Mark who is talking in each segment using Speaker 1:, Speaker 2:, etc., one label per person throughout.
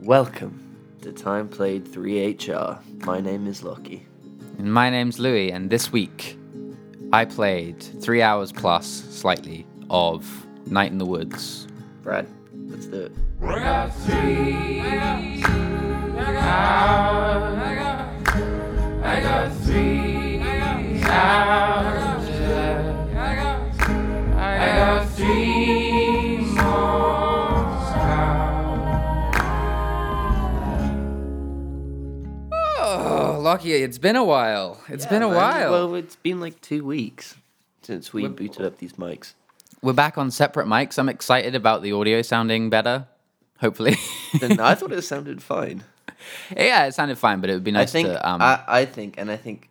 Speaker 1: Welcome to Time Played 3HR. My name is Lucky.
Speaker 2: And my name's Louis, and this week I played three hours plus, slightly, of Night in the Woods.
Speaker 1: Brad, let's do it.
Speaker 2: Oh, Lockie, it's been a while. It's been a while.
Speaker 1: Well, it's been like two weeks since we booted up these mics.
Speaker 2: We're back on separate mics. I'm excited about the audio sounding better, hopefully.
Speaker 1: And I thought it sounded fine.
Speaker 2: yeah, it sounded fine, but it would be
Speaker 1: I
Speaker 2: nice
Speaker 1: think,
Speaker 2: to. Um,
Speaker 1: I, I think, and I think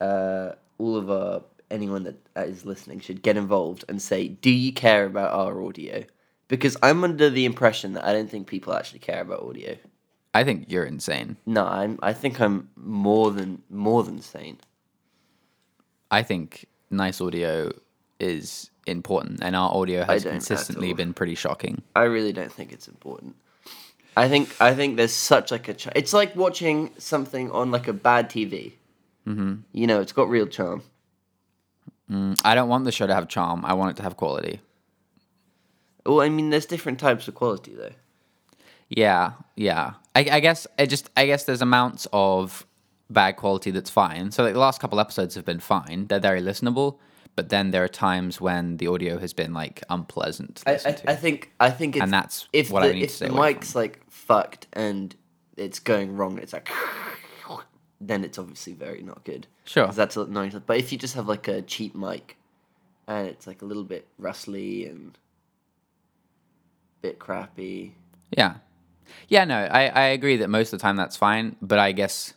Speaker 1: uh, all of our anyone that is listening should get involved and say, "Do you care about our audio?" Because I'm under the impression that I don't think people actually care about audio.
Speaker 2: I think you're insane.
Speaker 1: No, I'm. I think I'm more than more than sane.
Speaker 2: I think nice audio is important, and our audio has
Speaker 1: don't at
Speaker 2: consistently
Speaker 1: all.
Speaker 2: been pretty shocking.
Speaker 1: I really don't think it's important. I think I think there's such like a. Ch- it's like watching something on like a bad TV. Mm-hmm. You know, it's got real charm.
Speaker 2: I don't want the show to have charm. I want it to have quality.
Speaker 1: Well, I mean, there's different types of quality though.
Speaker 2: Yeah, yeah. I, I guess I just I guess there's amounts of bad quality that's fine. So like the last couple episodes have been fine. They're very listenable, but then there are times when the audio has been like unpleasant to
Speaker 1: I,
Speaker 2: listen
Speaker 1: I,
Speaker 2: to.
Speaker 1: I think I think it's,
Speaker 2: And that's
Speaker 1: if
Speaker 2: what
Speaker 1: the,
Speaker 2: I need to
Speaker 1: if
Speaker 2: stay
Speaker 1: the
Speaker 2: away
Speaker 1: mic's like fucked and it's going wrong. It's like then it's obviously very not good.
Speaker 2: Sure.
Speaker 1: 'Cause that's annoying. But if you just have like a cheap mic and it's like a little bit rustly and bit crappy.
Speaker 2: yeah. Yeah, no, I, I agree that most of the time that's fine, but I guess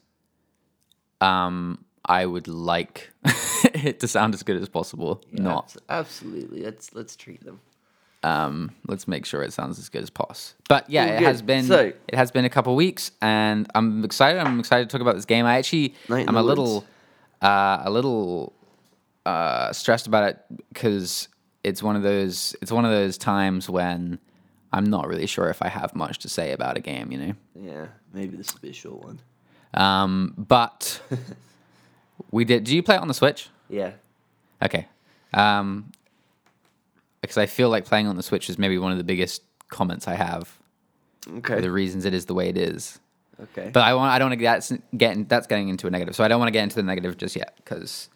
Speaker 2: um I would like it to sound as good as possible. Not
Speaker 1: Abs- absolutely. Let's let's treat them.
Speaker 2: um, let's make sure it sounds as good as pos. But yeah,
Speaker 1: Well,
Speaker 2: it
Speaker 1: good.
Speaker 2: has been
Speaker 1: So-
Speaker 2: it has been a couple weeks, and I'm excited. I'm excited to talk about this game. I actually
Speaker 1: Night in
Speaker 2: I'm
Speaker 1: the
Speaker 2: a
Speaker 1: Woods.
Speaker 2: little uh, a little uh, stressed about it because it's one of those it's one of those times when I'm not really sure if I have much to say about a game, you know.
Speaker 1: Yeah, maybe this will be a short one.
Speaker 2: Um, but we did. Do you play it on the Switch?
Speaker 1: Yeah.
Speaker 2: Okay. Um, because I feel like playing on the Switch is maybe one of the biggest comments I have for
Speaker 1: Okay.
Speaker 2: the reasons it is the way it is.
Speaker 1: Okay.
Speaker 2: But I want I don't want to that's getting that's getting into a negative. So I don't want to get into the negative just yet because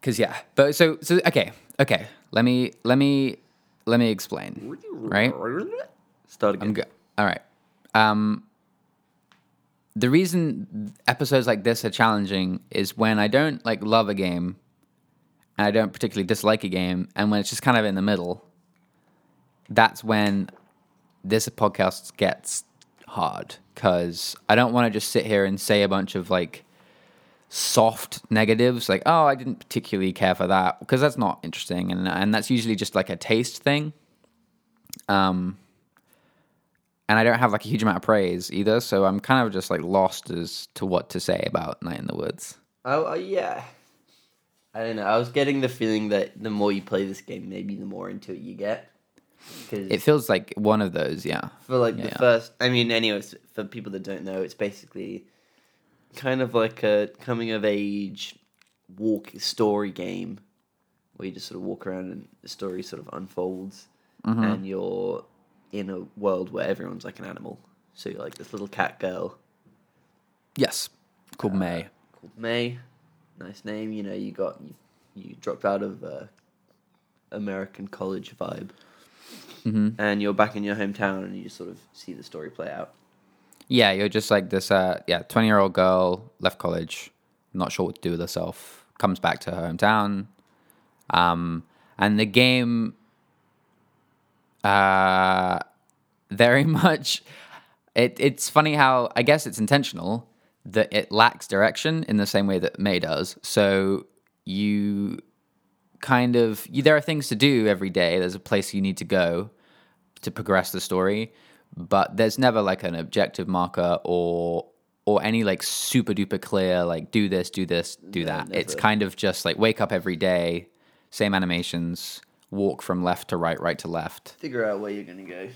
Speaker 2: because yeah. But so so okay okay. Let me let me let me explain. Right.
Speaker 1: Start again.
Speaker 2: I'm good. All right. Um, the reason episodes like this are challenging is when I don't like love a game, and I don't particularly dislike a game, and when it's just kind of in the middle. That's when this podcast gets hard because I don't want to just sit here and say a bunch of like soft negatives like oh i didn't particularly care for that because that's not interesting and and that's usually just like a taste thing and I don't have like a huge amount of praise either, so I'm kind of just like lost as to what to say about Night in the Woods.
Speaker 1: Oh uh, yeah. I don't know. I was getting the feeling that the more you play this game, maybe the more into it you get. Because
Speaker 2: It feels like one of those, yeah.
Speaker 1: for like the
Speaker 2: yeah.
Speaker 1: first, I mean, anyways, for people that don't know, it's basically kind of like a coming of age walk story game where you just sort of walk around and the story sort of unfolds, and you're in a world where everyone's like an animal. So you're like this little cat girl
Speaker 2: Yes, called May.
Speaker 1: called May. Nice name. You know, you got you, you dropped out of uh, American college vibe, mm-hmm. and you're back in your hometown, and you sort of see the story play out.
Speaker 2: Yeah, you're just like this, uh, yeah, 20 year old girl left college, not sure what to do with herself, comes back to her hometown. Um, and the game uh, very much. It, it's funny how I guess it's intentional that it lacks direction in the same way that May does. So you kind of you, there are things to do every day. There's a place you need to go to progress the story, but there's never like an objective marker or or any like super duper clear like do this, do this, do that. It's
Speaker 1: never.
Speaker 2: kind of just like wake up every day, same animations, walk from left to right, right to left
Speaker 1: Figure out where you're gonna go.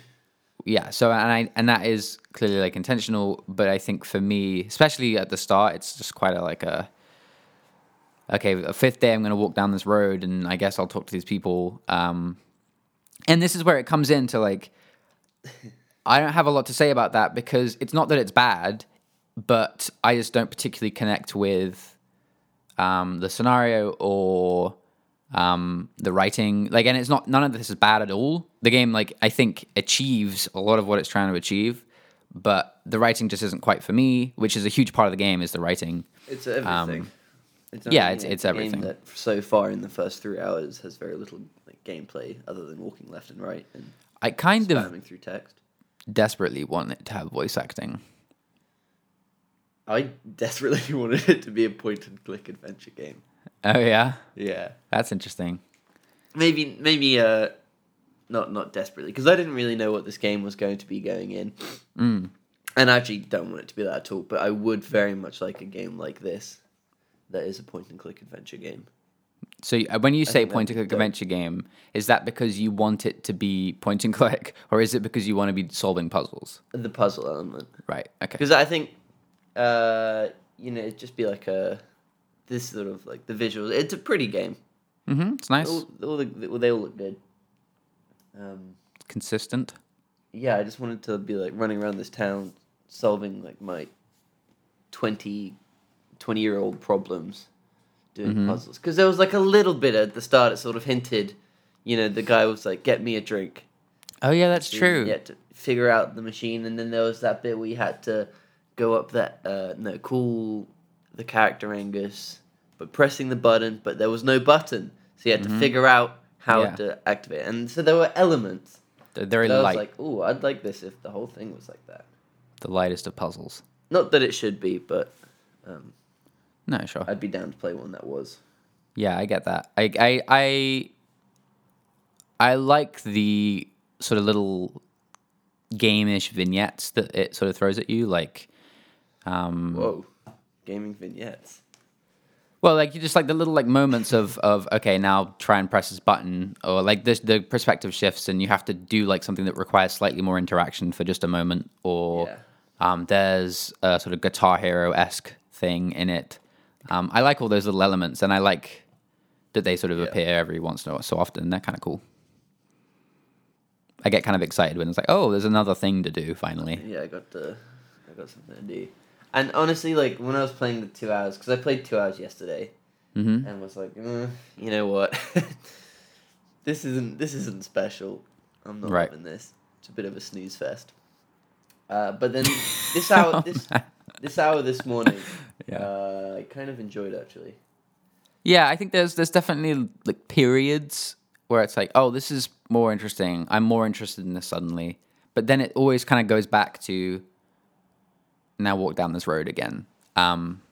Speaker 2: yeah so and i and that is clearly like intentional but i think for me especially at the start it's just quite a like a okay a fifth day i'm going to walk down this road and i guess i'll talk to these people um and this is where it comes into like i don't have a lot to say about that because it's not that it's bad but i just don't particularly connect with um the scenario or um, the writing, like, and it's not none of this is bad at all. The game, like, I think achieves a lot of what it's trying to achieve, but the writing just isn't quite for me, which is a huge part of the game is the writing.
Speaker 1: It's everything. it's
Speaker 2: Um, yeah,
Speaker 1: only
Speaker 2: it's-
Speaker 1: a
Speaker 2: it's
Speaker 1: game
Speaker 2: everything.
Speaker 1: That so far in the first three hours has very little like, gameplay other than walking left and right and
Speaker 2: I kind of
Speaker 1: spamming through text.
Speaker 2: desperately want it to have voice acting.
Speaker 1: I desperately wanted it to be a point and click adventure game.
Speaker 2: Oh yeah,
Speaker 1: Yeah.
Speaker 2: that's interesting.
Speaker 1: maybe maybe uh not not desperately because I didn't really know what this game was going to be going in, mm. and I actually don't want it to be that at all. But I would very much like a game like this, that is a point and click adventure game.
Speaker 2: So uh, when you say
Speaker 1: think that'd
Speaker 2: point
Speaker 1: be
Speaker 2: and click
Speaker 1: dope.
Speaker 2: adventure game, is that because you want it to be point and click, or is it because you want to be solving puzzles?
Speaker 1: The puzzle element,
Speaker 2: Right. Okay.
Speaker 1: because I think, uh, you know, it'd just be like a this sort of like the visuals. It's a pretty game.
Speaker 2: Mm-hmm. It's nice.
Speaker 1: All, all the, they all look good. Um,
Speaker 2: Consistent.
Speaker 1: yeah, I just wanted to be like running around this town solving like my 20 20 year old problems doing puzzles because there was like a little bit at the start it sort of hinted you know the guy was like get me a drink
Speaker 2: Oh yeah, that's
Speaker 1: So
Speaker 2: true.
Speaker 1: you had to figure out the machine and then there was that bit where you had to go up that uh no call the character angus but pressing the button but there was no button so you had to figure out how
Speaker 2: Mm-hmm. Yeah.
Speaker 1: to activate it. and so there were elements
Speaker 2: They're very
Speaker 1: I was
Speaker 2: light.
Speaker 1: like, "Ooh, I'd like this if the whole thing was like that."
Speaker 2: the lightest of puzzles.
Speaker 1: Not that it should be, but um,
Speaker 2: No, sure.
Speaker 1: I'd be down to play one that was.
Speaker 2: yeah, I get that. I, I, I, I like the sort of little game-ish vignettes that it sort of throws at you. Like, um,
Speaker 1: Whoa, gaming vignettes.
Speaker 2: well, like you just like the little like moments of of okay, now try and press this button, or like this the perspective shifts, and you have to do like something that requires slightly more interaction for just a moment, or
Speaker 1: Yeah.
Speaker 2: um, there's a sort of Guitar Hero esque thing in it. Um, I like all those little elements, and I like that they sort of appear every once in a so often. They're kind of cool. I get kind of excited when it's like, oh, there's another thing to do finally.
Speaker 1: Yeah, I got the, I got something to do. And honestly, like when I was playing the two hours, because I played two hours yesterday,
Speaker 2: Mhm.
Speaker 1: and was like, "Uh, you know what, this isn't this isn't special. I'm not
Speaker 2: Right.
Speaker 1: loving this. It's a bit of a snooze fest. Uh, but then this hour this this hour this morning,
Speaker 2: Yeah.
Speaker 1: uh, I kind of enjoyed actually.
Speaker 2: Yeah, I think there's there's definitely like periods where it's like, oh, this is more interesting. I'm more interested in this suddenly. But then it always kind of goes back to now walk down this road again. Um,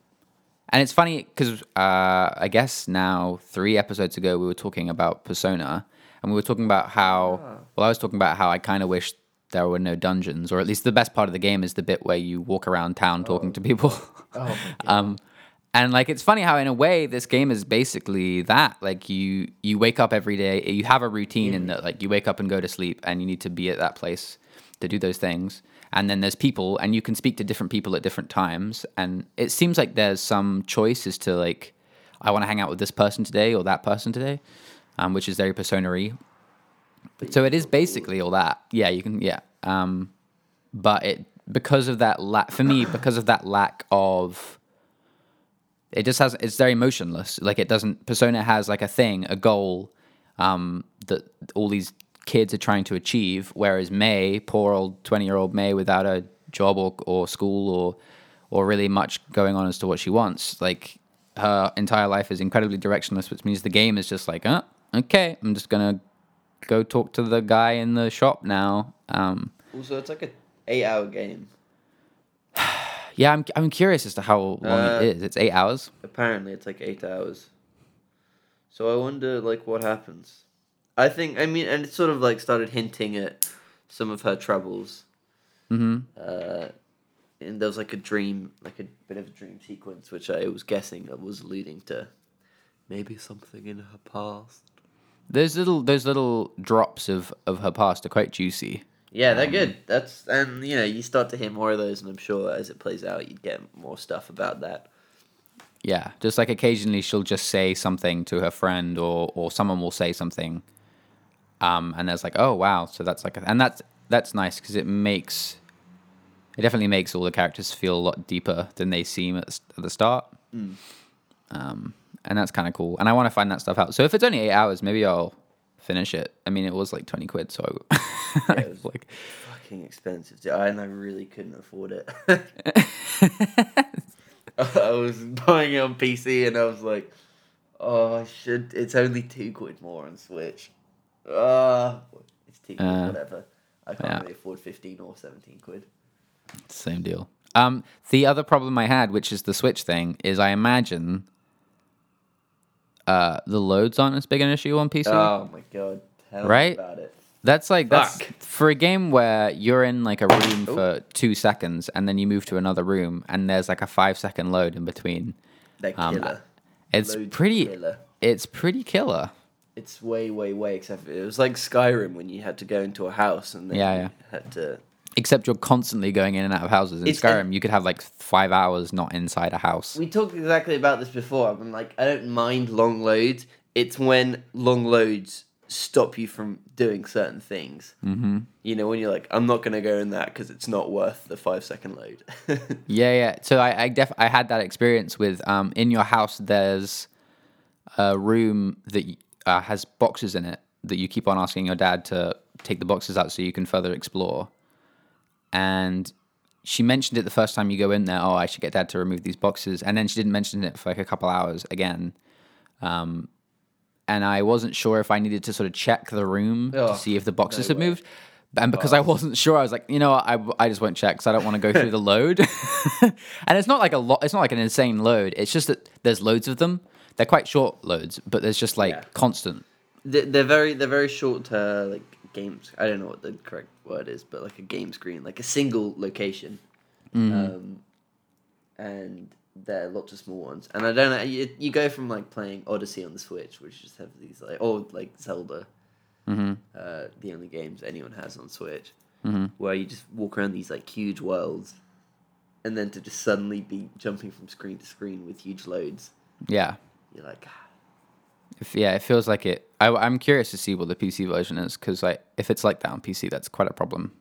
Speaker 2: and it's funny because uh, I guess now three episodes ago we were talking about Persona, and we were talking about how well I was talking about how I kind of wish there were no dungeons, or at least the best part of the game is the bit where you walk around town talking to people.
Speaker 1: my
Speaker 2: um, and like it's funny how in a way this game is basically that. Like you you wake up every day, you have a routine in that like you wake up and go to sleep, and you need to be at that place to do those things. And then there's people, and you can speak to different people at different times. And it seems like there's some choice as to like, I want to hang out with this person today or that person today, um, which is very persona so it is basically all that. Yeah, you can. Yeah. Um, but it because of that lack for me because of that lack of it just has it's very motionless. Like it doesn't persona has like a thing a goal um, that all these kids are trying to achieve. Whereas May, poor old twenty year old May, without a job or, or school or or really much going on as to what she wants, like her entire life is incredibly directionless, which means the game is just like, uh, okay, I'm just gonna go talk to the guy in the shop now. Um,
Speaker 1: Also, it's like a eight hour game.
Speaker 2: yeah, I'm I'm curious as to how long
Speaker 1: Uh,
Speaker 2: it is. It's eight hours.
Speaker 1: Apparently, it's like eight hours. So I wonder, like, what happens. I think I mean, and it sort of like started hinting at some of her troubles. Mm-hmm. Uh, and there was like a dream, like a bit of a dream sequence, which I was guessing that was alluding to maybe something in her past.
Speaker 2: Those little those little drops of of her past are quite juicy.
Speaker 1: Yeah, they're good. That's and you know you start to hear more of those, and I'm sure as it plays out, you'd get more stuff about that.
Speaker 2: Yeah, just like occasionally she'll just say something to her friend, or or someone will say something, um, and there's like, oh wow, so that's like, a, and that's that's nice because it makes, it definitely makes all the characters feel a lot deeper than they seem at, s- at the start, um, and that's kind of cool. And I want to find that stuff out. So if it's only eight hours, maybe I'll finish it. I mean, it was like twenty quid, so I was like,
Speaker 1: Fucking expensive, dude. I, and I really couldn't afford it. I was buying it on PC, and I was like, "Oh, I should." It's only two quid more on Switch. Ah, it's two quid,
Speaker 2: Uh,
Speaker 1: whatever. I can't
Speaker 2: yeah.
Speaker 1: really afford fifteen or seventeen quid.
Speaker 2: Same deal. Um, the other problem I had, which is the Switch thing, is I imagine uh, the loads aren't as big an issue on PC.
Speaker 1: Oh my god! Tell me
Speaker 2: Right?
Speaker 1: about it.
Speaker 2: that's like that's
Speaker 1: fuck.
Speaker 2: for a game where you're in like a room for two seconds and then you move to another room and there's like a five second load in between.
Speaker 1: They're
Speaker 2: Um,
Speaker 1: killer.
Speaker 2: It's
Speaker 1: Load
Speaker 2: pretty.
Speaker 1: killer.
Speaker 2: It's pretty killer.
Speaker 1: It's way, way, way. Except it was like Skyrim when you had to go into a house and then
Speaker 2: Yeah,
Speaker 1: you
Speaker 2: yeah.
Speaker 1: had to.
Speaker 2: Except you're constantly going in and out of houses. In
Speaker 1: It's-
Speaker 2: Skyrim, you could have like five hours not inside a house.
Speaker 1: We talked exactly about this before. I'm like, I don't mind long loads. It's when long loads stop you from doing certain things. Mm-hmm. You know, when you're like, I'm not going to go in that because it's not worth the five second load.
Speaker 2: Yeah, yeah. So I, I def I had that experience with um in your house. There's a room that y- uh, has boxes in it that you keep on asking your dad to take the boxes out so you can further explore. And she mentioned it the first time you go in there. Oh, I should get dad to remove these boxes. And then she didn't mention it for like a couple hours again. Um, and I wasn't sure if I needed to sort of check the room
Speaker 1: Oh,
Speaker 2: to see if the boxes
Speaker 1: no
Speaker 2: had
Speaker 1: way. Oh.
Speaker 2: moved. And because I wasn't sure, I was like, you know, what, I, I just won't check because I don't want to go through the load. and it's not like a lot. It's not like an insane load. It's just that there's loads of them. They're quite short loads, but there's just like
Speaker 1: Yeah.
Speaker 2: constant.
Speaker 1: They- they're very, they're very short. Uh, like games. I don't know what the correct word is, but like a game screen, like a single location. Um, and there are lots of small ones. And I don't know. You, you go from like playing Odyssey on the Switch, which just have these like, or like Zelda, uh, the only games anyone has on Switch, where you just walk around these like huge worlds, and then to just suddenly be jumping from screen to screen with huge loads,
Speaker 2: Yeah,
Speaker 1: you're like, "Ah,
Speaker 2: if, yeah. It feels like it. I, I'm curious to see what the PC version is because like if it's like that on PC, that's quite a problem.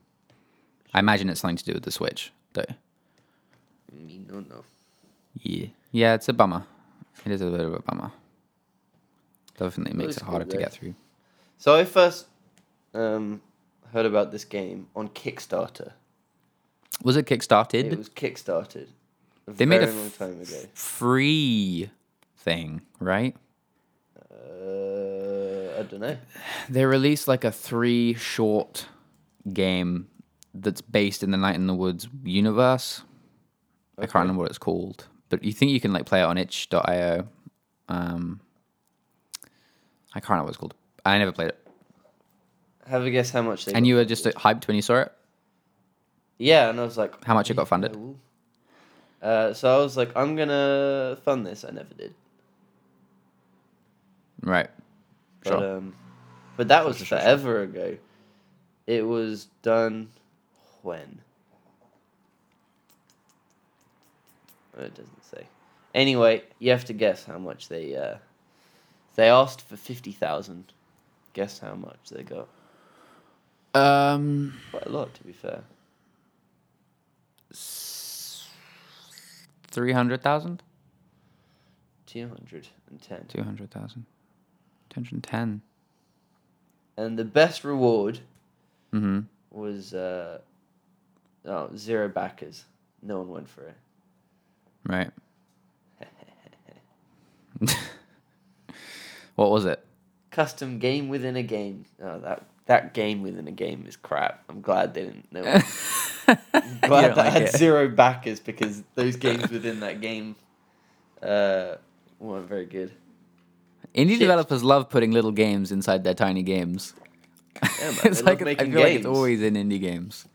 Speaker 2: I imagine it's something to do with the Switch, though.
Speaker 1: me no no.
Speaker 2: Yeah, yeah. It's a bummer. It is a bit of a bummer. Definitely makes
Speaker 1: was
Speaker 2: it harder
Speaker 1: cool,
Speaker 2: to
Speaker 1: though.
Speaker 2: get through.
Speaker 1: So I first um, heard about this game on Kickstarter.
Speaker 2: Was it kickstarted?
Speaker 1: It was kickstarted. A
Speaker 2: They made
Speaker 1: very
Speaker 2: a
Speaker 1: long
Speaker 2: f-
Speaker 1: time ago.
Speaker 2: free thing, right?
Speaker 1: Uh, I don't know.
Speaker 2: They released like a three short game that's based in the Night in the Woods universe. I can't remember what it's called, but you think you can like play it on itch.io. Um, I can't remember what it's called. I never played it.
Speaker 1: Have a guess how much they.
Speaker 2: And
Speaker 1: got
Speaker 2: you were
Speaker 1: funded.
Speaker 2: just hyped when you saw it.
Speaker 1: Yeah, and I was like,
Speaker 2: How much it got funded?
Speaker 1: "Oh." Uh, so I was like, I'm gonna fund this. I never did,
Speaker 2: Right.
Speaker 1: but
Speaker 2: Sure.
Speaker 1: um, but that was
Speaker 2: sure, sure, sure.
Speaker 1: forever ago. It was done when. Oh, It doesn't say. Anyway, you have to guess how much they uh, they asked for fifty thousand. Guess how much they got.
Speaker 2: um,
Speaker 1: Quite a lot, to be fair.
Speaker 2: 300,000?
Speaker 1: 210.
Speaker 2: 200,000. 210.
Speaker 1: And the best reward
Speaker 2: Mm-hmm.
Speaker 1: was uh, oh, zero backers. No one went for it.
Speaker 2: Right. what was it?
Speaker 1: Custom game within a game. Oh, that that game within a game is crap. I'm glad they didn't know. Glad
Speaker 2: You
Speaker 1: that
Speaker 2: don't like
Speaker 1: had
Speaker 2: it.
Speaker 1: zero backers because those games within that game uh, weren't very good.
Speaker 2: Indie
Speaker 1: Shit.
Speaker 2: developers love putting little games inside their tiny games.
Speaker 1: Yeah, man,
Speaker 2: it's
Speaker 1: they
Speaker 2: like
Speaker 1: love making
Speaker 2: I feel like
Speaker 1: games.
Speaker 2: it's always in indie games.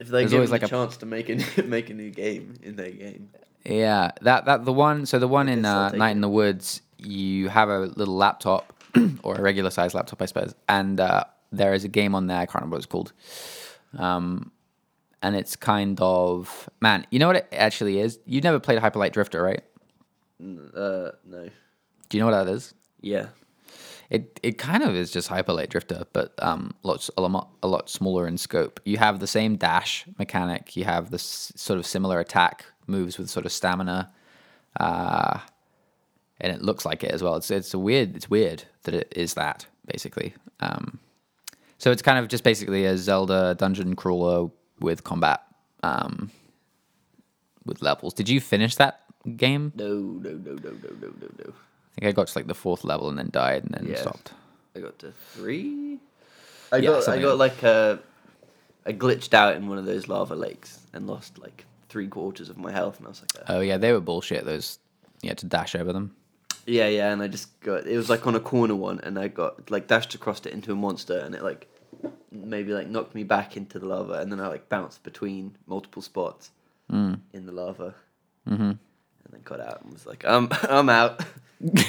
Speaker 1: if they
Speaker 2: there's
Speaker 1: give
Speaker 2: always
Speaker 1: them
Speaker 2: like
Speaker 1: a
Speaker 2: a-
Speaker 1: chance to make a make a new game in their game.
Speaker 2: Yeah, that that the one. So the one in
Speaker 1: guess I'll
Speaker 2: uh,
Speaker 1: take
Speaker 2: Night
Speaker 1: it.
Speaker 2: in the Woods, you have a little laptop or a regular sized laptop, I suppose, and uh, there is a game on there. I can't remember what it's called. Um, and it's kind of man. You know what it actually is. You've never played Hyperlight Drifter, right?
Speaker 1: Uh, no.
Speaker 2: Do you know what that is?
Speaker 1: Yeah.
Speaker 2: It it kind of is just Hyperlight Drifter, but um, lots a lot a lot smaller in scope. You have the same dash mechanic. You have this sort of similar attack moves with sort of stamina, uh, and it looks like it as well. It's it's a weird. It's weird that it is that basically. Um, so it's kind of just basically a Zelda dungeon crawler with combat, um, with levels. Did you finish that game?
Speaker 1: No, no, no, no, no, no, no, no.
Speaker 2: I think I got to like the fourth level and then died and then
Speaker 1: Yeah.
Speaker 2: stopped.
Speaker 1: I got to three. I
Speaker 2: Yeah,
Speaker 1: got I
Speaker 2: something
Speaker 1: got like a I glitched out in one of those lava lakes and lost like three quarters of my health, and I was like, uh,
Speaker 2: Oh yeah, they were bullshit. Those you had to dash over them.
Speaker 1: yeah, yeah, and I just got it was like on a corner one, and I got like dashed across it into a monster, and it like maybe like knocked me back into the lava, and then I like bounced between multiple spots in the lava, mm-hmm. and then got out and was like, um, I'm out. Get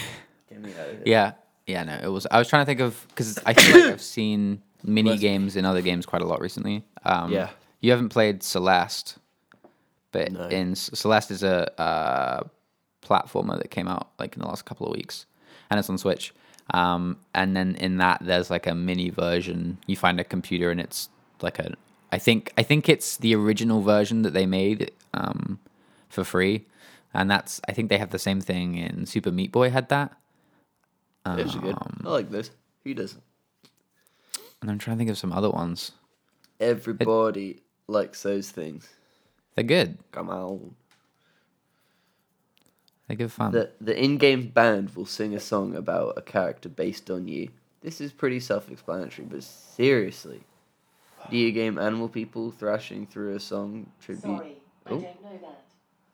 Speaker 1: me out of here.
Speaker 2: Yeah, yeah. No, it was. I was trying to think of because I feel like I've seen mini games in other games quite a lot recently. Um,
Speaker 1: Yeah.
Speaker 2: you haven't played Celeste, but
Speaker 1: No.
Speaker 2: in Celeste is a uh, platformer that came out like in the last couple of weeks, and it's on Switch. Um, and then in that, there's like a mini version. You find a computer, and it's like a. I think I think it's the original version that they made um, for free, and that's I think they have the same thing in Super Meat Boy had that.
Speaker 1: Those are good. I like those. Who doesn't?
Speaker 2: And I'm trying to think of some other ones.
Speaker 1: Everybody likes those things.
Speaker 2: They're good.
Speaker 1: Come on.
Speaker 2: They're good fun.
Speaker 1: The the in-game band will sing a song about a character based on you. This is pretty self-explanatory, but seriously, video game animal people thrashing through a song tribute.
Speaker 3: Sorry, I
Speaker 1: Oh.
Speaker 3: don't know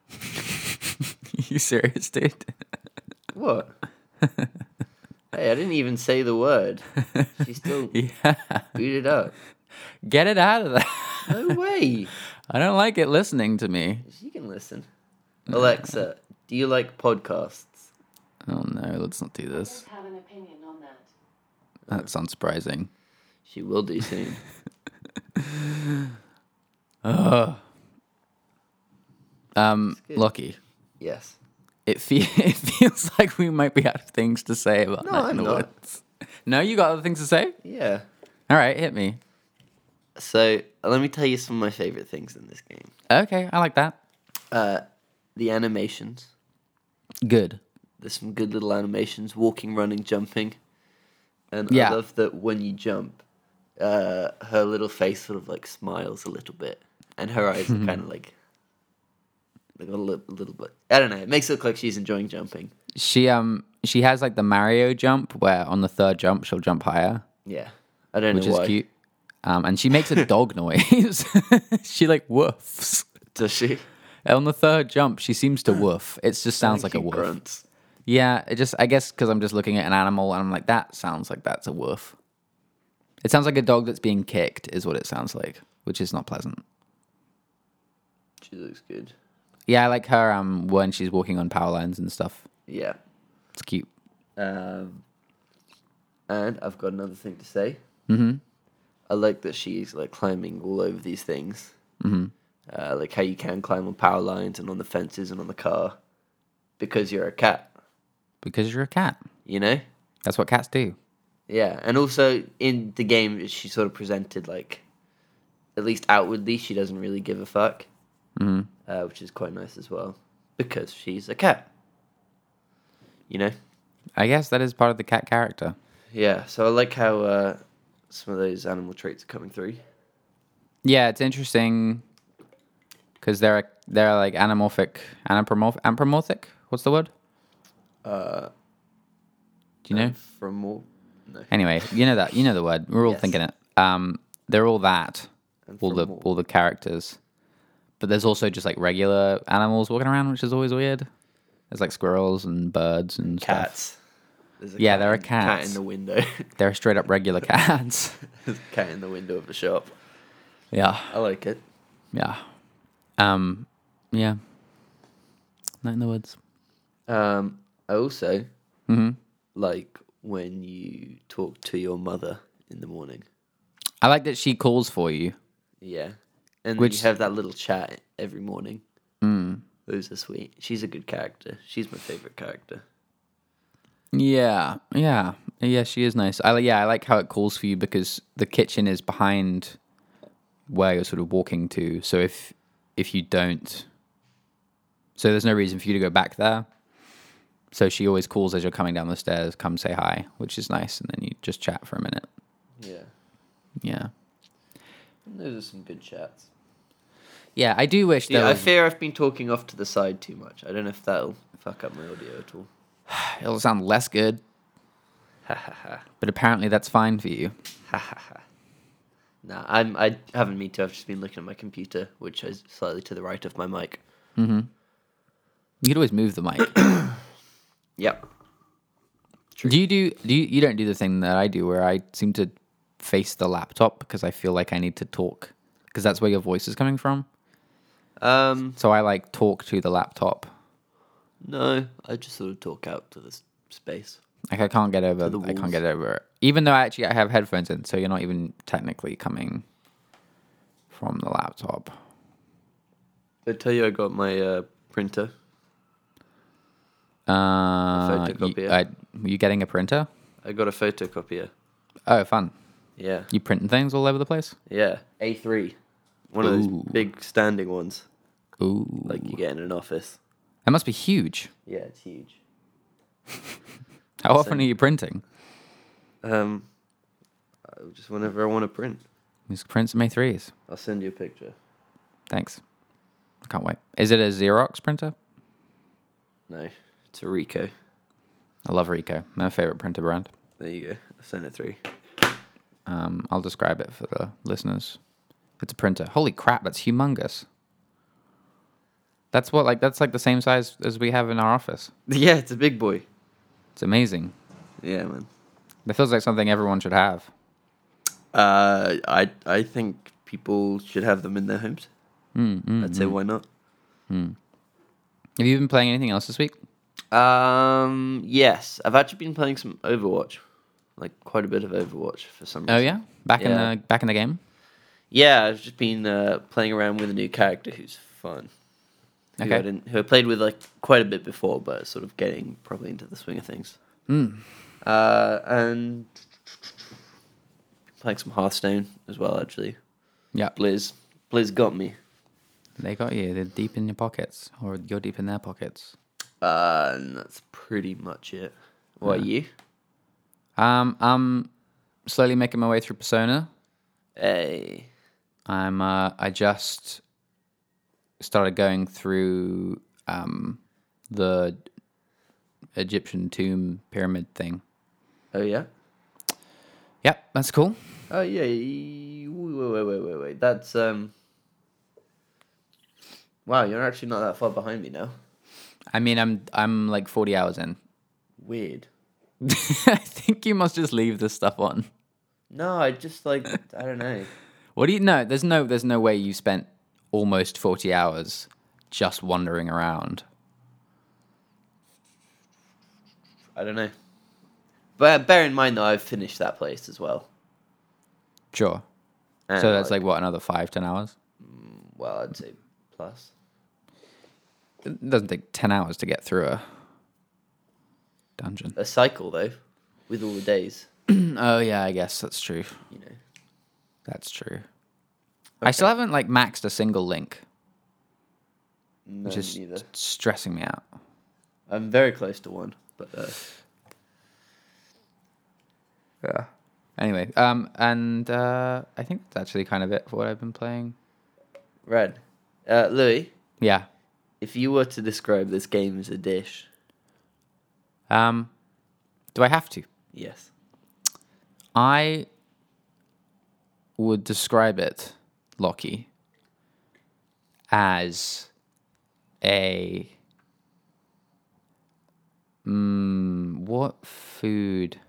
Speaker 3: that.
Speaker 2: you serious, dude?
Speaker 1: What? hey, I didn't even say the word. She still
Speaker 2: yeah.
Speaker 1: beat it up.
Speaker 2: Get it out of there.
Speaker 1: No way.
Speaker 2: I don't like it listening to me.
Speaker 1: She can listen. Alexa, do you like podcasts?
Speaker 2: Oh no, let's not do
Speaker 3: I
Speaker 2: this.
Speaker 3: don't have an opinion on that.
Speaker 2: That's unsurprising.
Speaker 1: She will do soon.
Speaker 2: Um,
Speaker 1: good.
Speaker 2: Lucky.
Speaker 1: yes.
Speaker 2: It, fe- it feels like we might be out of things to say about
Speaker 1: No,
Speaker 2: Night in
Speaker 1: I'm
Speaker 2: the
Speaker 1: not.
Speaker 2: Woods. No, you got other things to say?
Speaker 1: Yeah.
Speaker 2: All right, hit me.
Speaker 1: So let me tell you some of my favorite things in this game.
Speaker 2: Okay, I like that.
Speaker 1: Uh, the animations.
Speaker 2: Good.
Speaker 1: There's some good little animations: walking, running, jumping. And
Speaker 2: Yeah.
Speaker 1: I love that when you jump, uh, her little face sort of like smiles a little bit, and her eyes are kind of like like a little, a little bit. I don't know. It makes it look like she's enjoying jumping.
Speaker 2: She um she has like the Mario jump where on the third jump she'll jump higher.
Speaker 1: Yeah, I don't
Speaker 2: which
Speaker 1: know
Speaker 2: is
Speaker 1: why.
Speaker 2: cute. Um, and she makes a dog noise. she like woofs.
Speaker 1: Does she?
Speaker 2: On the third jump, she seems to woof. It just sounds like a
Speaker 1: She
Speaker 2: woof.
Speaker 1: grunts.
Speaker 2: Yeah, it just I guess because I'm just looking at an animal and I'm like, that sounds like that's a woof. It sounds like a dog that's being kicked, is what it sounds like, which is not pleasant.
Speaker 1: She looks good.
Speaker 2: Yeah, I like her um when she's walking on power lines and stuff.
Speaker 1: Yeah.
Speaker 2: It's cute.
Speaker 1: Um, and I've got another thing to say. Mm-hmm. I like that she's like climbing all over these things. Mm-hmm. Uh, like how you can climb on power lines and on the fences and on the car because you're a cat,
Speaker 2: Because you're a cat.
Speaker 1: you know?
Speaker 2: That's what cats do.
Speaker 1: Yeah. And also in the game, she sort of presented like, at least outwardly, she doesn't really give a fuck, mm-hmm. uh, which is quite nice as well because she's a cat, you know?
Speaker 2: I guess that is part of the cat character.
Speaker 1: Yeah, so I like how uh, some of those animal traits are coming through.
Speaker 2: Yeah, it's interesting because they're they're like anamorphic, anamorph, anamorphic. What's the word?
Speaker 1: Uh,
Speaker 2: Do you know?
Speaker 1: From more. No.
Speaker 2: Anyway, you know that you know the word. We're all
Speaker 1: Yes.
Speaker 2: thinking it. Um, they're all that.
Speaker 1: And
Speaker 2: All the
Speaker 1: from-
Speaker 2: all the characters, but there's also just like regular animals walking around, which is always weird. There's like squirrels and birds and Stuff.
Speaker 1: Cats. There's a
Speaker 2: Yeah, there are
Speaker 1: in- Cat
Speaker 2: cats.
Speaker 1: in the window.
Speaker 2: They're straight up regular cats.
Speaker 1: There's a cat in the window of the shop.
Speaker 2: yeah,
Speaker 1: I like it.
Speaker 2: yeah, um, yeah. Night in the woods.
Speaker 1: Um, I also
Speaker 2: Mm-hmm.
Speaker 1: like when you talk to your mother in the morning.
Speaker 2: I like that she calls for you.
Speaker 1: Yeah. And then
Speaker 2: Which-
Speaker 1: you have that little chat every morning. Mm. Those are sweet. She's a good character. She's my favorite character.
Speaker 2: Yeah, yeah, yeah. She is nice. I li- yeah, I like how it calls for you because the kitchen is behind where you're sort of walking to. So if if you don't, so there's no reason for you to go back there. So she always calls as you're coming down the stairs. Come say hi, which is nice, and then you just chat for a minute.
Speaker 1: Yeah.
Speaker 2: Yeah,
Speaker 1: And those are some good chats.
Speaker 2: yeah. I do wish.
Speaker 1: Yeah,
Speaker 2: there
Speaker 1: I
Speaker 2: was-
Speaker 1: fear I've been talking off to the side too much. I don't know if that'll fuck up my audio at all.
Speaker 2: it'll sound less good,
Speaker 1: Ha ha ha.
Speaker 2: but apparently that's fine for you.
Speaker 1: Ha ha ha. Nah, I'm, I haven't me too. I've just been looking at my computer, which is slightly to the right of my mic.
Speaker 2: You could always move the mic.
Speaker 1: Yep.
Speaker 2: Do you do do you, you don't do the thing that I do where I seem to face the laptop because I feel like I need to talk because that's where your voice is coming from.
Speaker 1: Um,
Speaker 2: So I like talk to the laptop.
Speaker 1: no, I just sort of talk out to this space.
Speaker 2: Like I can't get over
Speaker 1: the
Speaker 2: I can't
Speaker 1: walls.
Speaker 2: get over it. Even though I actually I have headphones in, so you're not even technically coming from the laptop.
Speaker 1: I tell you, I got my uh, printer.
Speaker 2: Uh, you,
Speaker 1: photocopier.
Speaker 2: I, you getting a printer?
Speaker 1: I got a photocopier.
Speaker 2: Oh, fun!
Speaker 1: Yeah.
Speaker 2: You printing things all over the place?
Speaker 1: Yeah. A3. One of
Speaker 2: Ooh.
Speaker 1: those big standing ones,
Speaker 2: Ooh,
Speaker 1: like you get in an office.
Speaker 2: that must be huge.
Speaker 1: Yeah, it's huge.
Speaker 2: How often are you printing?
Speaker 1: Um, I- just whenever I want to print,
Speaker 2: These prints May threes.
Speaker 1: I'll send you a picture.
Speaker 2: Thanks. I can't wait. Is it a Xerox printer?
Speaker 1: No, it's a Ricoh.
Speaker 2: I love Ricoh. My favorite printer brand.
Speaker 1: There you go. I'll send it through.
Speaker 2: Um, I'll describe it for the listeners. It's a printer. Holy crap, that's humongous. That's what like that's like the same size as we have in our office.
Speaker 1: Yeah, it's a big boy.
Speaker 2: It's amazing.
Speaker 1: Yeah, man.
Speaker 2: That feels like something everyone should have.
Speaker 1: Uh, I I think people should have them in their homes. I'd say why not.
Speaker 2: Mm, Have you been playing anything else this week?
Speaker 1: Um, yes, I've actually been playing some Overwatch, like quite a bit of Overwatch for some reason.
Speaker 2: Oh yeah? Back
Speaker 1: Yeah.
Speaker 2: in the back in the game?
Speaker 1: Yeah, I've just been uh, playing around with a new character who's fun. Who
Speaker 2: Okay.
Speaker 1: I didn't, who I played with like quite a bit before, but sort of getting probably into the swing of things.
Speaker 2: Hmm.
Speaker 1: Uh, and playing some Hearthstone as well, actually.
Speaker 2: Yeah.
Speaker 1: Blizz, Blizz got me.
Speaker 2: They got you. They're deep in your pockets. Or you're deep in their pockets.
Speaker 1: Uh, and that's pretty much it. What are you?
Speaker 2: Um I'm slowly making my way through Persona.
Speaker 1: Hey,
Speaker 2: I'm uh, I just started going through um, the Egyptian tomb pyramid thing.
Speaker 1: oh yeah,
Speaker 2: Yep, that's cool.
Speaker 1: oh yeah. y- Wait, wait, wait, wait, wait. That's um. Wow, you're actually not that far behind me now.
Speaker 2: I mean, I'm I'm like 40 hours in.
Speaker 1: Weird.
Speaker 2: I think you must just leave this stuff on.
Speaker 1: No, I just like I don't know.
Speaker 2: What do you know? There's no there's no way you spent almost 40 hours just wandering around.
Speaker 1: I don't know. But bear in mind though, I've finished that place as well.
Speaker 2: Sure.
Speaker 1: And,
Speaker 2: So that's like what another five ten hours.
Speaker 1: well, I'd say plus.
Speaker 2: It doesn't take 10 hours to get through a dungeon.
Speaker 1: A cycle though, with all the days,
Speaker 2: Oh yeah, I guess that's true.
Speaker 1: you know.
Speaker 2: That's true. I still haven't like maxed a single link,
Speaker 1: No,
Speaker 2: which is
Speaker 1: neither.
Speaker 2: s- stressing me out.
Speaker 1: I'm very close to one, but uh,
Speaker 2: Yeah. Anyway, um, and uh, I think that's actually kind of it for what I've been playing.
Speaker 1: red. Uh, Louis,
Speaker 2: Yeah.
Speaker 1: if you were to describe this game as a dish,
Speaker 2: Um, do I have to?
Speaker 1: yes.
Speaker 2: I would describe it, Lockie, as a. Mm, what food?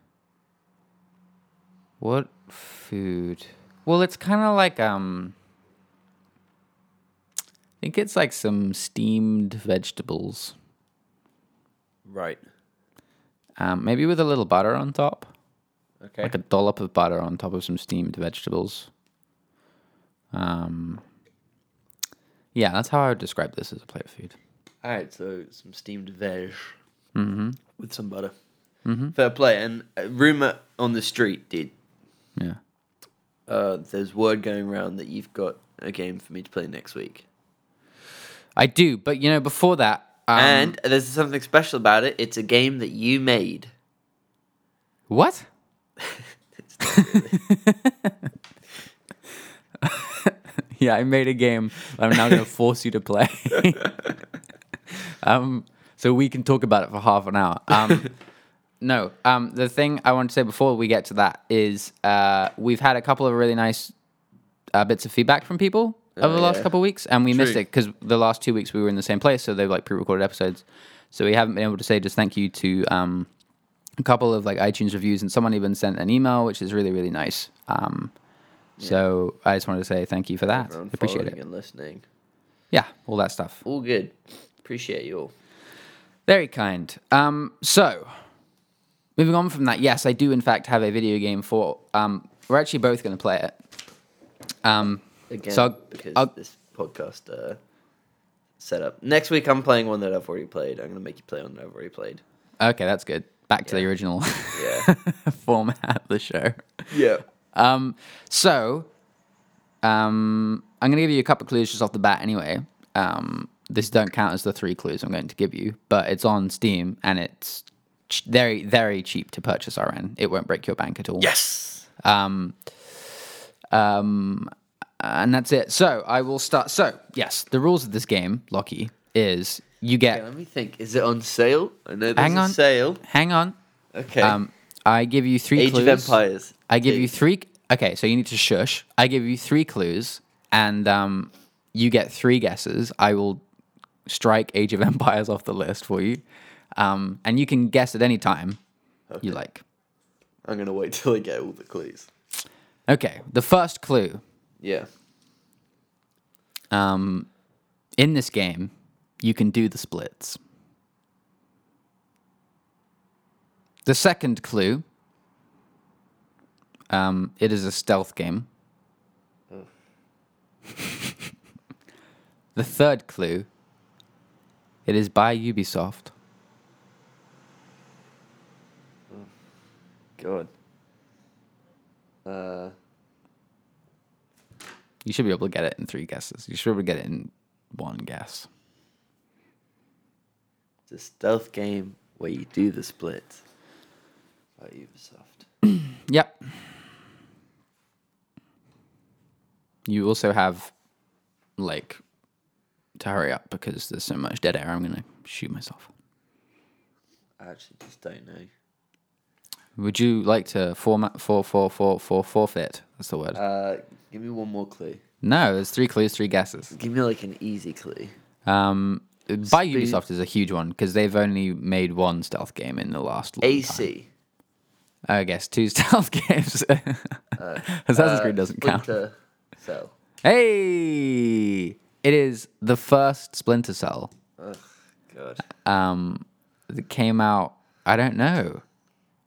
Speaker 2: What food? Well, it's kind of like um. I think it's like some steamed vegetables,
Speaker 1: Right.
Speaker 2: um, maybe with a little butter on top.
Speaker 1: Okay.
Speaker 2: like a dollop of butter on top of some steamed vegetables. Um, yeah, that's how I would describe this as a plate of food.
Speaker 1: All right, so some steamed veg
Speaker 2: Mm-hmm.
Speaker 1: with some butter. Fair play. And uh, rumor on the street, dude.
Speaker 2: Yeah.
Speaker 1: Uh, there's word going around that you've got a game for me to play next week.
Speaker 2: I do, but you know, before that, um,
Speaker 1: and there's something special about it. It's a game that you made.
Speaker 2: what?
Speaker 1: It's not really-
Speaker 2: Yeah, I made a game that I'm now going to force you to play. um, so we can talk about it for half an hour. Um, no, um, the thing I want to say before we get to that is uh, we've had a couple of really nice uh, bits of feedback from people over the last
Speaker 1: Oh, yeah.
Speaker 2: couple of weeks, and we missed
Speaker 1: True.
Speaker 2: it because the last two weeks we were in the same place, so they've like pre-recorded episodes. So we haven't been able to say just thank you to um, a couple of like iTunes reviews, and someone even sent an email, which is really really nice. Um, So I just wanted to say thank you for that.
Speaker 1: everyone
Speaker 2: Appreciate
Speaker 1: following
Speaker 2: it.
Speaker 1: and listening.
Speaker 2: Yeah, all that stuff.
Speaker 1: All good. Appreciate you all.
Speaker 2: Very kind. Um, so, moving on from that, yes, I do in fact have a video game for. Um, we're actually both going to play it. Um,
Speaker 1: Again,
Speaker 2: So I'll-
Speaker 1: because
Speaker 2: I'll-
Speaker 1: this podcast uh, setup. Next week, I'm playing one that I've already played. I'm gonna make you play one that I've already played.
Speaker 2: okay, that's good. Back to the original
Speaker 1: Yeah.
Speaker 2: format of the show.
Speaker 1: yeah.
Speaker 2: Um, so, um, I'm going to give you a couple of clues just off the bat anyway. Um, this don't count as the three clues I'm going to give you, but it's on Steam and it's ch- very, very cheap to purchase RN. It won't break your bank at all.
Speaker 1: Yes.
Speaker 2: Um, um, and that's it. So I will start. So yes, the rules of this game, Lockie, is you get.
Speaker 1: Let me think. Is it on sale? I know there's
Speaker 2: Hang
Speaker 1: a
Speaker 2: on.
Speaker 1: sale.
Speaker 2: Hang on.
Speaker 1: Okay.
Speaker 2: Um, I give you three.
Speaker 1: Age
Speaker 2: clues.
Speaker 1: of Empires.
Speaker 2: I give
Speaker 1: two.
Speaker 2: you three. Okay, so you need to shush. I give you three clues, and um, you get three guesses. I will strike Age of Empires off the list for you, um, and you can guess at any time you like.
Speaker 1: I'm gonna wait till I get all the clues.
Speaker 2: Okay, the first clue.
Speaker 1: Yeah.
Speaker 2: Um, in this game, you can do the splits. The second clue. Um, it is a stealth game. the third clue. It is by Ubisoft.
Speaker 1: God. Uh,
Speaker 2: You should be able to get it in three guesses. You should be able to get it in one guess.
Speaker 1: it's a stealth game where you do the splits. By Ubisoft.
Speaker 2: Yep. You also have, like, to hurry up because there's so much dead air. I'm gonna shoot myself.
Speaker 1: I actually just don't know.
Speaker 2: Would you like to format for for for for forfeit? That's the word.
Speaker 1: Uh, give me one more clue.
Speaker 2: no, there's three clues, three guesses.
Speaker 1: Give me like an easy clue.
Speaker 2: Um, by
Speaker 1: Speed.
Speaker 2: Ubisoft is a huge one because they've only made one stealth game in the last. long time.
Speaker 1: AC.
Speaker 2: I guess two stealth games. Assassin's Creed doesn't count.
Speaker 1: Uh, Splinter Cell.
Speaker 2: Hey, it is the first Splinter Cell.
Speaker 1: Ugh, God.
Speaker 2: um, that came out. I don't know.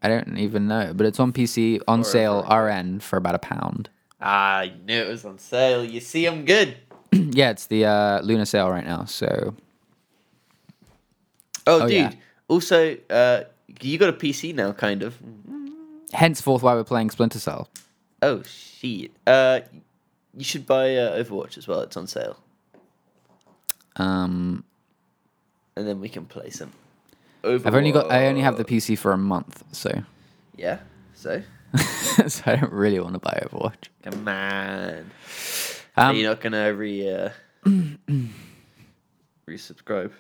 Speaker 2: I don't even know, but it's on PC on sale RN for about a pound.
Speaker 1: Ah, I knew it was on sale. You see, I'm good.
Speaker 2: yeah, it's the uh, Luna sale right now. So
Speaker 1: Oh,
Speaker 2: Oh,
Speaker 1: dude.
Speaker 2: yeah.
Speaker 1: Also, uh, you got a PC now, kind of.
Speaker 2: henceforth, why we're playing Splinter Cell.
Speaker 1: Oh shit. Uh, you should buy uh, Overwatch as well. It's on sale,
Speaker 2: Um,
Speaker 1: and then we can play some. Overwatch.
Speaker 2: I've only got. I only have the PC for a month, so
Speaker 1: Yeah. So.
Speaker 2: so I don't really want to buy Overwatch.
Speaker 1: Come on. Are
Speaker 2: Um,
Speaker 1: you not gonna re uh, resubscribe?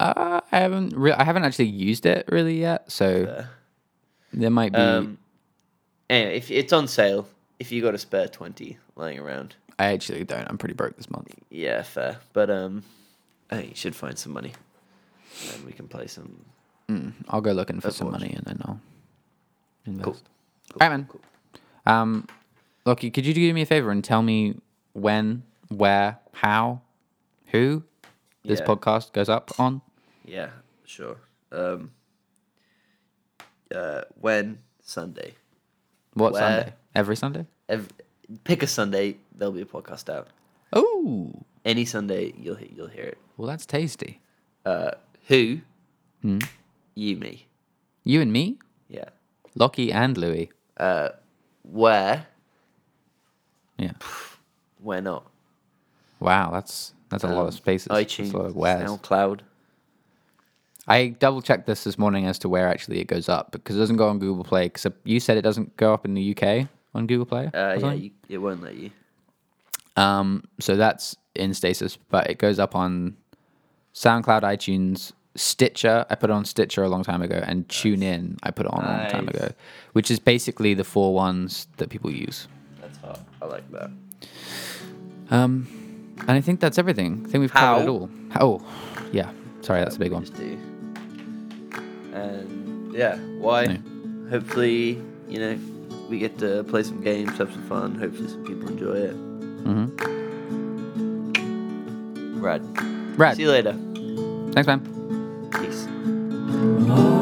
Speaker 2: uh, I haven't. Re- I haven't actually used it really yet, so
Speaker 1: Uh,
Speaker 2: there might be.
Speaker 1: um. Anyway, if it's on sale, if you got a spare twenty lying around,
Speaker 2: I actually don't. I'm pretty broke this month.
Speaker 1: yeah, fair. But um, I think you should find some money, and we can play some.
Speaker 2: I'll go looking for some
Speaker 1: Overwatch.
Speaker 2: money and then I'll invest.
Speaker 1: Cool.
Speaker 2: All right, man. Um, look, could you do me a favor and tell me when, where, how, who this
Speaker 1: Yeah.
Speaker 2: podcast goes up on?
Speaker 1: Yeah, sure. Um. Uh, when Sunday.
Speaker 2: What
Speaker 1: Where?
Speaker 2: Sunday? Every Sunday?
Speaker 1: Ev pick a Sunday, there'll be a podcast out.
Speaker 2: Oh,
Speaker 1: Any Sunday, you'll he- you'll hear it.
Speaker 2: well, that's tasty.
Speaker 1: Uh, who? You, me.
Speaker 2: You and me,
Speaker 1: Yeah.
Speaker 2: Lockie and Louis.
Speaker 1: Where?
Speaker 2: Yeah.
Speaker 1: Where not?
Speaker 2: Wow, that's that's a lot of spaces. That's
Speaker 1: Um, iTunes,
Speaker 2: a lot of where's.
Speaker 1: SoundCloud.
Speaker 2: I double checked this this morning as to where actually it goes up because it doesn't go on Google Play. Because you said it doesn't go up in the UK on Google Play. or
Speaker 1: Uh, yeah,
Speaker 2: something?
Speaker 1: you, it won't let you.
Speaker 2: Um, so that's in stasis, but it goes up on SoundCloud, iTunes, Stitcher. I put it on Stitcher a long time ago, and TuneIn. I put it on a long time
Speaker 1: Nice.
Speaker 2: ago, which is basically the four ones that people use.
Speaker 1: That's hot. I like that.
Speaker 2: Um, and I think that's everything. I think we've covered it
Speaker 1: How?
Speaker 2: all. Oh, yeah. Sorry, that's a big
Speaker 1: We
Speaker 2: one.
Speaker 1: just do. And yeah, why? Hopefully, you know, we get to play some games, have some fun. Hopefully, some people enjoy it.
Speaker 2: Mm-hmm.
Speaker 1: Rad.
Speaker 2: Brad, Mm-hmm.
Speaker 1: See you later.
Speaker 2: thanks, man.
Speaker 1: Peace.
Speaker 4: Oh